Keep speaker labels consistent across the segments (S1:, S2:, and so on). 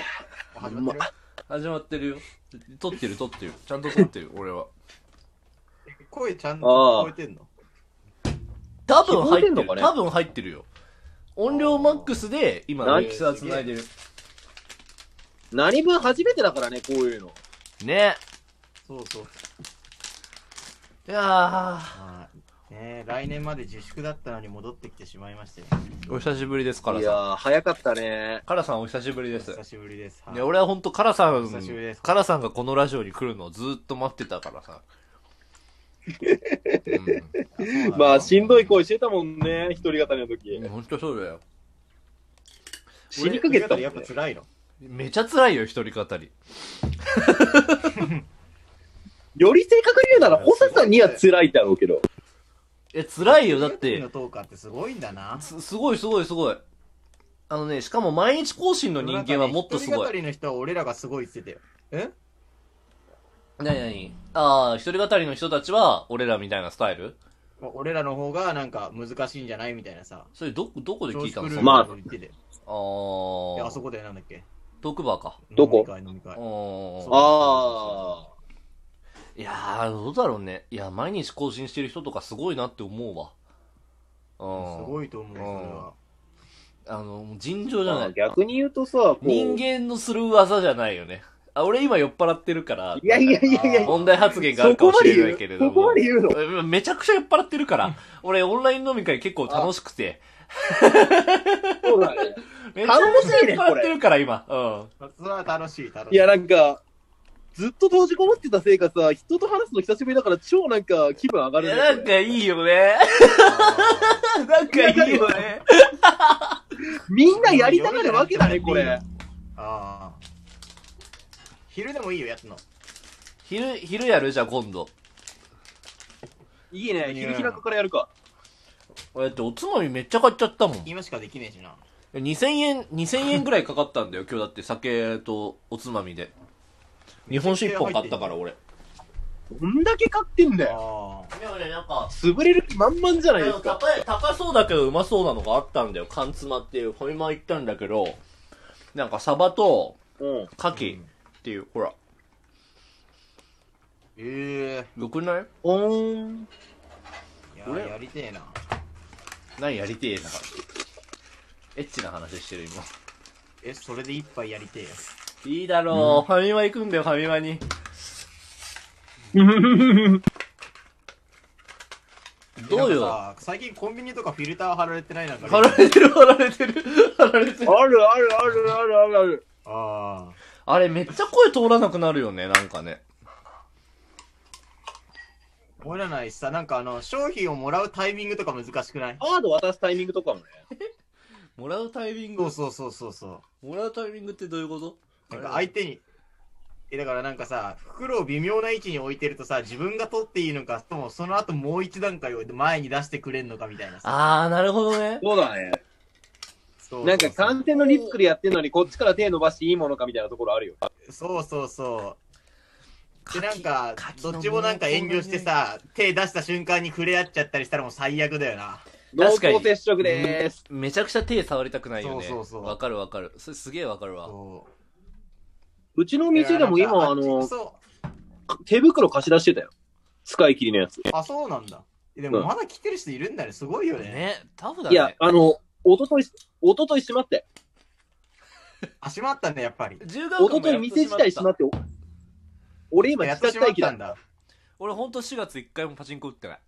S1: 始まってる
S2: 始まってるよ撮ってる撮ってる ちゃんと撮ってる俺は
S1: 声ちゃんと聞こえてんの
S2: 多分入って
S3: 聞こえてんの
S2: る
S3: かね
S2: 多分入ってるよ音量マックスで今
S3: 何
S2: ミキサー繋いでる
S3: 何分初めてだからね、こういうの。
S2: ね
S1: そうそう
S2: いやー
S1: まあね来年まで自粛だったのに戻ってきてしまいましたよ
S2: お久しぶりですカラ
S3: い
S2: さん
S3: やー、早かったね。
S2: カラさんお久しぶりで
S1: お
S2: す
S1: 久しぶりです
S2: ね、俺は本当カラさ
S1: お
S2: ん
S1: 久しぶりです
S2: カラさんがこのラジオに来るのをずーっと待ってたからさ、う
S3: まあ、しんどい声してたもんね、一人語りの
S2: ん、
S3: 時。
S2: 本当そうだよ
S3: 死にかけてたもん
S1: や
S3: ね
S1: っぱ。辛いの
S2: めちゃ辛いよ一人語り
S3: より正確に言うなら、ホサさんには辛いだろうけど。
S2: え辛いよだって
S1: のトーカーってすごいんだな
S2: すすごいすごいすごいあのねしかも毎日更新の人間はもっとす
S1: 一人
S2: ご
S1: 語
S2: い
S1: りの人は俺らがすごいって言ってたよえ
S2: 何何ああ一人語りの人たちは俺らみたいなスタイル
S1: 俺らの方がなんか難しいんじゃないみたいなさ
S2: それどどこで聞いた
S1: 調子狂
S2: の
S1: う
S2: それ
S3: まあ
S1: こと言っててい
S2: あ
S1: や
S2: ー
S1: あそこでなんだっけ
S2: トークバーか
S3: どこ
S1: 飲み会飲み
S2: あ
S1: 会
S2: ー
S1: そう
S3: あ
S2: いやー、どうだろうね。いや、毎日更新してる人とかすごいなって思うわ。うん。
S1: すごいと思うよそれは
S2: あの、もう尋常
S3: ー
S2: じゃな
S3: まあ。
S2: い。
S3: 逆に言うとさ、こう
S2: 人
S3: い
S2: 間のする技じゃないよね。あ、俺今酔っ払ってるから、
S3: やいやいやいや、
S2: 問題発言があ
S3: そ
S2: るか
S3: こ
S2: も
S3: ま
S2: し
S3: で
S2: れな
S3: 言
S2: いけれ
S3: う
S2: ど
S3: そこ
S2: も
S3: まで。言うの
S2: うんめちゃくちゃ酔っ払ってるから、俺オンライン飲み会結構楽しくて、
S3: そうだね。
S2: めちゃくちゃ酔っ払ってるから今。うん。
S1: それは楽しい楽し
S3: い
S1: い
S3: や、なんか、ずっと閉じこもってたせいかさ、人と話すの久しぶりだから、超なんか気分上が
S2: い
S3: る
S2: や
S3: ね。
S2: なんかいいよね。 なんかいいよね。
S3: みんなやりたがるわけだね、これ。
S1: ああ昼でもいいよやつの
S2: 昼、昼やるじゃあ今度。
S3: いいね、昼日中からやるか。
S2: 俺だっておつまみめっちゃ買っちゃったもん。
S1: 今しかできねえしな
S2: 2000円、2000円ぐらいかかったんだよ、 今日だって酒とおつまみで。日本酒1本買ったから、俺。
S3: どんだけ買ってんだよ。
S1: あ
S2: でもね、なんか、
S3: 潰れる気満々じゃないですか。
S2: 高い高そうだけどうまそうなのがあったんだよ。缶詰っていうファミマ行ったんだけど、なんかサバと
S3: うん。
S2: 牡蠣っていう、ほら、
S1: え
S2: よくない
S3: おーん。
S1: え
S2: 俺
S1: ややりてえな
S2: 何やりてえな。エッチな話してる、今。
S1: えそれで一杯やりてえよ
S2: いいだろう、ファミマ行くんだよ、ファミマに。どう
S1: なん
S2: よ。
S1: かさ最近コンビニとかフィルター貼られてないなんか
S2: 貼られてる、貼られてる、貼られてる。
S3: あるあるあるあるあるある。
S1: あ
S2: あれめっちゃ声通らなくなるよね、なんかね。
S1: あもらないしさなんかあの商品をもらうタイミングとか難しくない
S3: カード渡すタイミングとかもね。
S2: もらうタイミン
S1: そ
S2: グ
S1: うそうそうそうそう
S2: もらうタイミングってどういうこと
S1: なんか相手に、え、だからなんかさ、袋を微妙な位置に置いてるとさ、自分が取っていいのか、ともその後もう一段階を前に出してくれんのかみたいなさ。
S2: あー、なるほどね。
S3: そうだね。
S1: そうそ
S3: な
S1: うんそ
S3: か
S1: う
S3: 感染のリスクでやってんのに、こっちから手伸ばしていいものかみたいなところあるよ。
S1: そうそうそう。で、なんか
S2: 柿、柿の
S1: どっちもなんか遠慮してさ、手出した瞬間に触れ合っちゃったりしたらもう最悪だよな。
S3: 濃
S2: 確かに
S3: 厚接触でーす。
S2: めちゃくちゃ手触りたくないよね。
S1: そうそうそう
S2: わかるわかる。それすげえわかるわ。
S1: そう
S3: うちの店でも
S1: だから
S3: 今、
S1: な
S3: あ
S1: んか
S3: の、
S1: そ
S3: 手袋貸し出してたよ。使い切りのやつ。
S1: う。あ、そうなんだ。えでも
S3: うん
S1: まだ来てる人いるんだね。すごいよね。
S2: ね、タフだ
S3: いや
S2: ね、。
S3: あの、おととい、おととい閉まって。
S1: あ、閉まったね、やっぱり。
S2: 自由が丘
S3: お
S2: もやっ
S3: と
S2: と
S3: とい店自体閉ま
S2: っ
S3: って、俺今
S1: やっと
S3: 自宅
S1: 閉ま
S3: 待
S1: っ
S3: 機
S1: た
S3: だ
S1: ん。だ。
S2: た俺ほんと4月1回もパチンコ打ってない。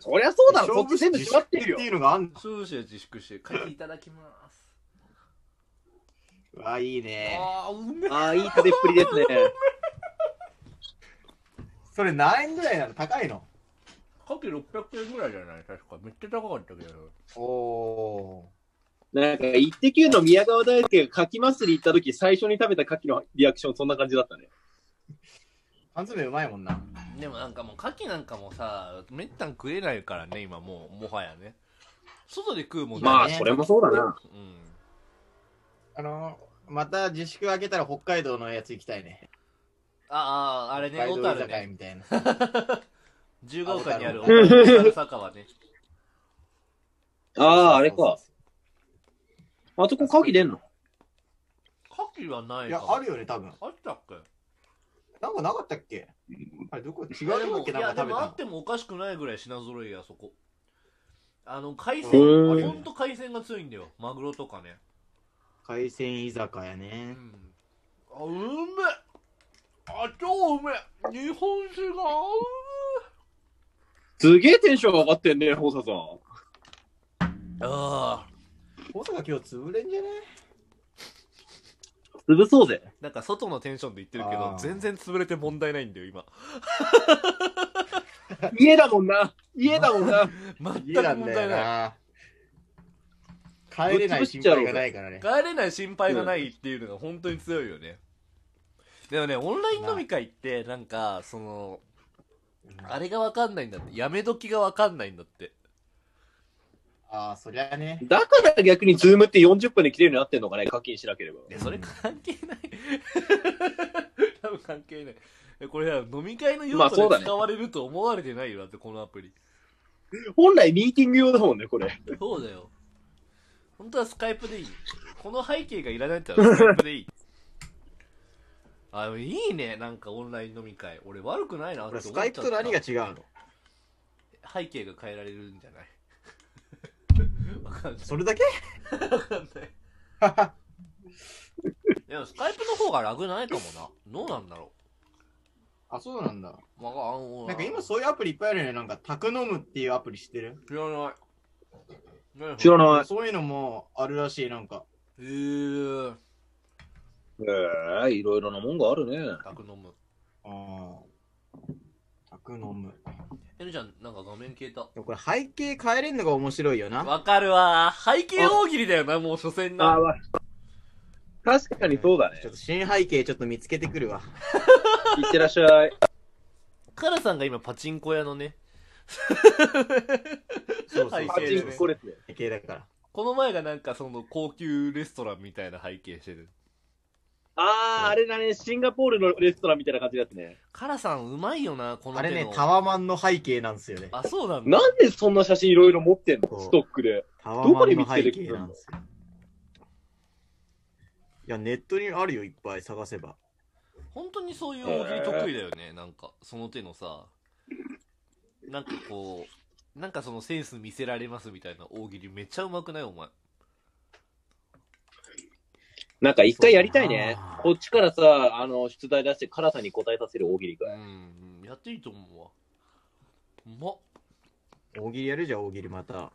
S3: そりゃそうだ
S1: 勝
S3: ろ、こ
S1: 負
S3: っち全部閉まってる
S1: 自粛
S3: よ
S1: って。いうのがあん
S2: そうし自粛して、書いていただきます。
S1: うわ、いいね。
S2: あー、うめえ。
S3: ああ、いい食べっぷりですね。
S1: それ何円ぐらいなの高いの
S2: かけ600円ぐらいじゃない確か。めっちゃ高かったけど。
S1: おお
S3: なんか、イッテ Q の宮川大輔が牡蠣祭り行った時、最初に食べた牡蠣のリアクション、そんな感じだったね。
S1: ー。缶詰うまいもんな。
S2: でもなんかもう牡蠣なんかもさ、めったん食えないからね、今もう、もはやね。外で食うもんね。
S3: まあ、
S1: ね
S3: それもそうだな。
S2: うん。
S1: あのー、また自粛開けたら北海道のやつ行きたいね。
S2: ああ、あれね、
S1: 北
S2: 小
S1: 海道居
S2: 樽
S1: 酒屋
S2: ね。
S1: みたいな。
S2: 十五丘にある小
S1: 小樽
S2: 樽酒場ね。
S3: ああ、あれか。あそこ牡蠣出んの
S2: 牡キはないい
S1: や
S2: か、も
S1: あるよね、多分。
S2: あったっけ
S1: なんかなかったっけあれ、どこ、違うとこっけ
S2: い
S1: な
S2: や
S1: んか食
S2: で
S1: べ
S2: もあ
S1: た
S2: ってもおかしくないぐらい品揃えやそこあの海鮮
S3: へ
S2: ほ
S3: ー
S2: んと海鮮が強いんだよマグロとかね
S1: 海鮮居酒屋
S2: う
S1: ね。
S2: んあうめえあ超うめえ日本酒が合う
S3: すげえテンション上がってんね、ホサさん。
S2: あ
S1: 大阪今日潰れんじゃね
S3: 潰そうぜ。
S2: なんか外のテンションで言って
S1: るけど全
S2: 然潰れて問題ないんだよ今
S3: 家だもんな。家だもんな。
S2: 全
S1: 家なんだよな。帰れない心配がないからね。
S2: 帰れない心配がないっていうのが本当に強いよね、でもねオンライン飲み会ってなんかそのあれが分かんないんだってやめ時が分かんないんだって
S1: ああ、そりゃね。
S3: だから逆にズームって40分で切れるようになってんのかね、課金しなければ。
S2: えそれ関係ない多分関係ないえこれは飲み会の用
S3: まあそ
S2: 途
S3: うだ
S2: で
S3: ね
S2: 使われると思われてないよだってこのアプリ
S3: 本来ミーティング用だもんね、これ。
S2: そうだよ本当はスカイプでいいこの背景がいらないったらスカイプでいいあでもいいねなんかオンライン飲み会俺悪くないなっ
S1: こ
S2: て思
S1: れ
S2: っちゃ
S1: ス
S2: った
S1: カイプと何が違うの
S2: 背景が変えられるんじゃない わかんない。
S1: それだけ
S2: わかん ない。でも、スカイプの方が楽ないかもな。どうなんだろ
S1: あ、そうなんだ。
S2: う。わかんない。
S1: なんか今そういうアプリいっぱいあるよね。なんか、宅飲むっていうアプリ知ってる
S2: 知らない。何
S3: 知らな
S1: そういうのもあるらしい、なんか。
S2: へー。
S3: い。ええいろいろなもんがあるね。
S2: 楽飲む。
S1: ああ。宅飲む。
S2: えるちゃん、なんか画面消えた。
S1: でもこれ背景変えれんのが面白いよな。
S2: わかるわー。背景大喜利だよな、もう所詮な。
S3: わ確かにそうだね
S1: ちょ。っと新背景ちょっと見つけてくるわ。
S3: いってらっしゃい。
S2: カラさんが今パチンコ屋のね。
S1: そうそう
S2: 背
S3: パ
S2: 景
S3: チ
S2: で
S3: ンコ
S2: ね。
S3: ですね。
S1: 背景だから。
S2: この前がなんかその高級レストランみたいな背景してる。
S3: あー、あれだね、シンガポールのレストランみたいな感じですね。
S2: カラさんうまいよな、この
S1: あ
S2: 手の。
S1: れね、タワマンの背景なんですよね。
S2: あ、そうなんだ。
S3: なんでそんな写真いろいろ持ってん
S1: そう
S3: のストックで。
S1: タワマンの背景なんですよ。いや、ネットにあるよ、いっぱい探せば。
S2: 本当にそういう大喜利得意だよね、なんかその手のさなんかこうなんかそのセンス見せられますみたいな大喜利めっちゃうまくないお前
S3: なんか一回やりたいね
S1: そうだな。
S3: こっちからさ、あの、出題出して、辛さに答えさせる大喜利
S2: う
S3: が。
S2: んやっていいと思うわうまっ
S1: 大喜利やるじゃん、大喜利また。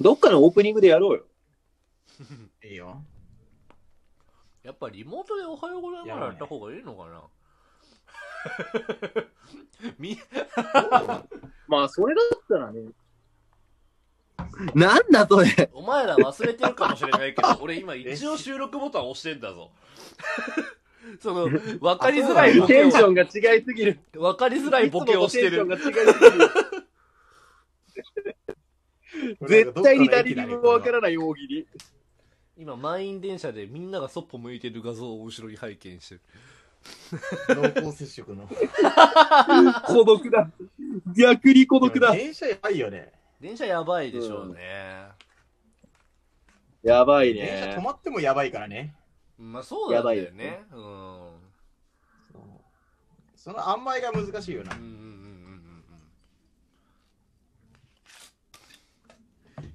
S3: どっかのオープニングでやろうよ。
S1: いいよ。
S2: やっぱリモートでおはようございますやった方がいいのかな、み
S3: まあ、それだったらね。なんだそれ。
S2: お前ら忘れてるかもしれない けど俺今一応収録ボタン押してんだぞ その分かりづらいボケ
S3: テ
S2: を
S3: ンションが違いすぎる。
S2: 分かりづらいボケをしてる
S3: いつものテンションが違いすぎる。 絶対に誰にもわかららない大喜利。
S2: 今満員電車でみんながそっぽ向いてる画像を後ろに拝見してる
S1: ない。 濃厚接触の。
S3: 孤独 だ。逆に孤独だ。
S1: 電車やばいよね。
S2: 電車やばいでしょうね、
S3: やばい
S1: 電車止
S3: ね。
S1: まってもやばいからね。
S2: まあそうなんだよねうん
S1: その塩梅が難しいよな
S2: うんうんうんう。ん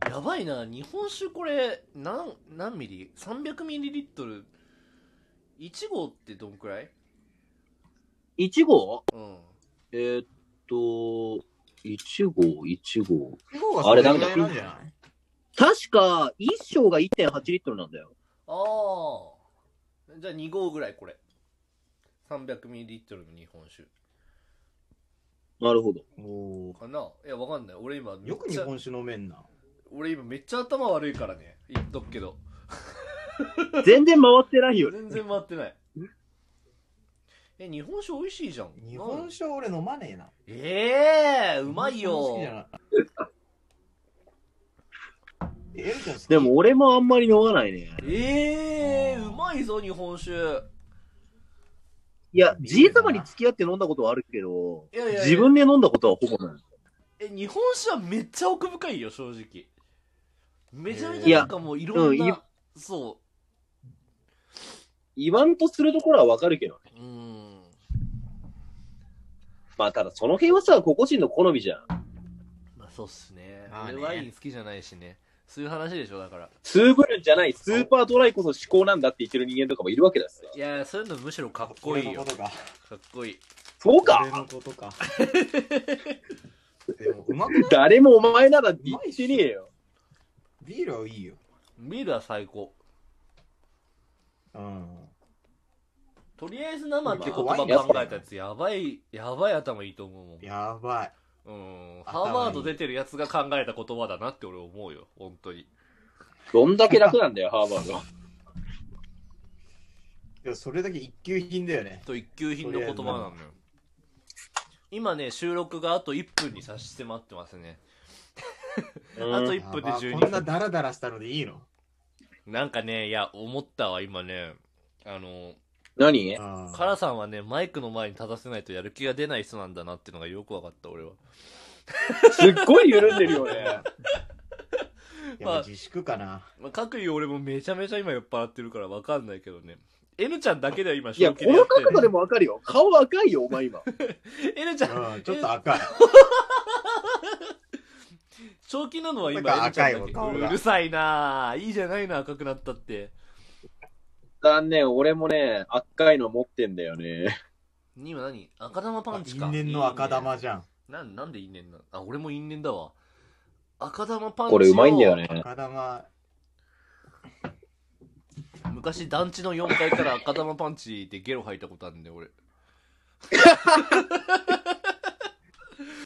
S2: うんやばいな日本酒これ何何ミリ ?300 ミリリットル1号ってどんくらい
S3: 1号
S2: うん
S3: えーっと、1号、1号。
S1: あ
S3: あ
S1: れ
S3: れ
S1: ダ
S3: ダ
S1: メ
S3: メ
S1: だな
S3: だ
S1: んじゃない
S3: 確か、1升が1.8リットルなんだよ。
S2: ああじゃあ2号ぐらいこれ300ミリリットルの日本酒
S3: なるほど。
S1: おー
S2: かないやわかんない俺今めっちゃ
S1: よく日本酒飲めんな。
S2: 俺今めっちゃ頭悪いからね言っとくけど
S3: 全然回ってないよね。
S2: 全然回ってないえ日本酒美味しいじゃん
S1: 日本
S2: 酒
S1: 酒は俺飲まねえな。
S2: ええうまい
S1: 好き
S2: よ
S1: じゃない。え、エルちゃん好き
S3: でも俺もあんまり飲まないね。
S2: ええ
S1: あー
S2: うまいぞ日本酒
S3: いや、じいさまに付き合って飲んだことはあるけど
S2: いやいやいや、
S3: 自分で飲んだことはほぼない。
S2: え日本酒はめっちゃ奥深いよ正直めちゃめ
S1: い
S2: ちゃ
S3: や
S2: なんかもういろん
S3: うんい
S2: なそう
S3: 言わんとするところはわかるけどね。
S2: うん。
S3: まあ、ただその辺はさ、個々人の好みじゃん。
S2: まあ、そうっすね。
S1: まあね
S2: 俺ワイン好きじゃないしね。そういう話でしょ、だから。
S3: ツーブルンじゃない、スーパードライこそ思考なんだって言ってる人間とかもいるわけだしさ。
S2: いやー、そういうのむしろかっこいい
S1: 俺の
S2: よ。
S1: ことか。
S2: かっこいい。
S3: そうか
S1: 俺のことか。でも、うまくない
S3: 誰もお前なら言ってねえよ。
S1: ビールはいいよ。
S2: ビールは最高。
S1: うん。
S2: とりあえず生って言
S1: まあワイン
S2: 葉考えたやつ、やばい、やばい頭いいと思うもん。
S1: やばい。
S2: う
S1: 頭い
S2: ん。
S1: い
S2: ハーバード出てるやつが考えた言葉だなって俺思うよ、本当に。
S3: どんだけ楽なんだよ、ハーバード。
S1: でもそれだけ一級品だよね。
S2: と一級品の言葉なのよ。今ね、収録があと1分に差し迫ってますね。 あと
S3: うん
S2: 1分で
S1: やば
S2: 12
S1: こんなダラダラしたのでいいの
S2: なんかね、いや、思ったわ、今ね。あの、
S3: 何
S1: うん
S2: カラさんはね、マイクの前に立たせないとやる気が出ない人なんだなっていうのがよくわかった、俺は。
S3: すっごい緩んでるよね。
S1: やっぱ自粛かな。
S2: まあ、各言う俺もめちゃめちゃ今酔っ払ってるからわかんないけどね。N ちゃんだけでは今
S3: いや、
S2: 正
S3: こ
S2: 気でや
S3: の
S2: って
S3: 角度
S2: る、
S3: でもわかるよ。顔赤いよ、お前今。
S2: N ちゃん、
S1: うん、ちょっと赤い。
S2: 正気なのは今
S1: なんか
S2: N ちゃんだ
S1: 赤
S2: け
S1: いわ
S2: うるさいなぁ。いいじゃないな、赤くなったって。
S3: 残念、俺もね、赤いの持ってんだよね。
S2: 今何赤玉パンチか。
S1: 因縁の赤
S2: いい
S1: 玉
S2: ね
S1: じゃん。
S2: なん、なんで因縁なのあ、俺も因縁だわ。赤玉パンチを
S3: これうまいんだよね。
S1: 赤玉、
S2: 昔団地の4階から赤玉パンチでゲロ吐いたことあるんで俺